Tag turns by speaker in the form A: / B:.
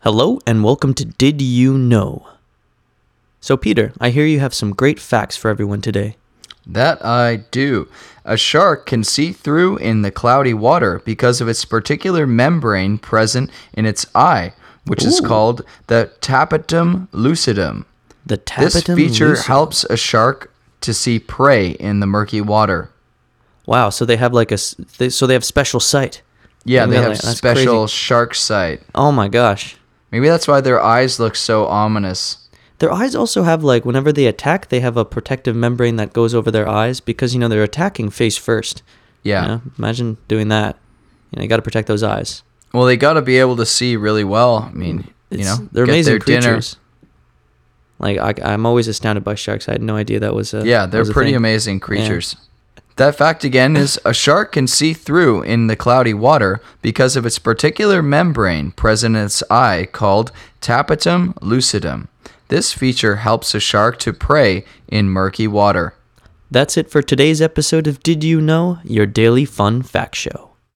A: Hello and welcome to Did You Know? So, Peter, I hear you have some great facts for everyone today.
B: That I do. A shark can see through in the cloudy water because of its particular membrane present in its eye, which is
A: Ooh.
B: called the tapetum lucidum.
A: The
B: This
A: tapetum
B: feature
A: lucidum.
B: helps a shark to see prey in the murky water.
A: Wow, so they have like a s- they, so they have special sight.
B: Yeah, they
A: Really?
B: have
A: That's
B: special shark sight.
A: Oh my gosh.
B: Maybe that's why their eyes look so ominous.
A: Their eyes also have like whenever they attack, they have a protective membrane that goes over their eyes because you know they're attacking face first.
B: Yeah.
A: You know? Imagine doing that. You know, you got to protect those eyes.
B: Well, they got to be able to see really well. I mean, you
A: It's-
B: know,
A: they're
B: get
A: amazing
B: their dinner.
A: creatures. Like I, I'm always astounded by sharks. I had no idea that was a
B: Yeah,
A: that
B: they're
A: was a
B: pretty
A: thing.
B: amazing creatures. That fact again is a shark can see through in the cloudy water because of its particular membrane present in its eye called tapetum lucidum. This feature helps a shark to prey in murky water.
A: That's it for today's episode of Did You Know? Your daily fun fact show.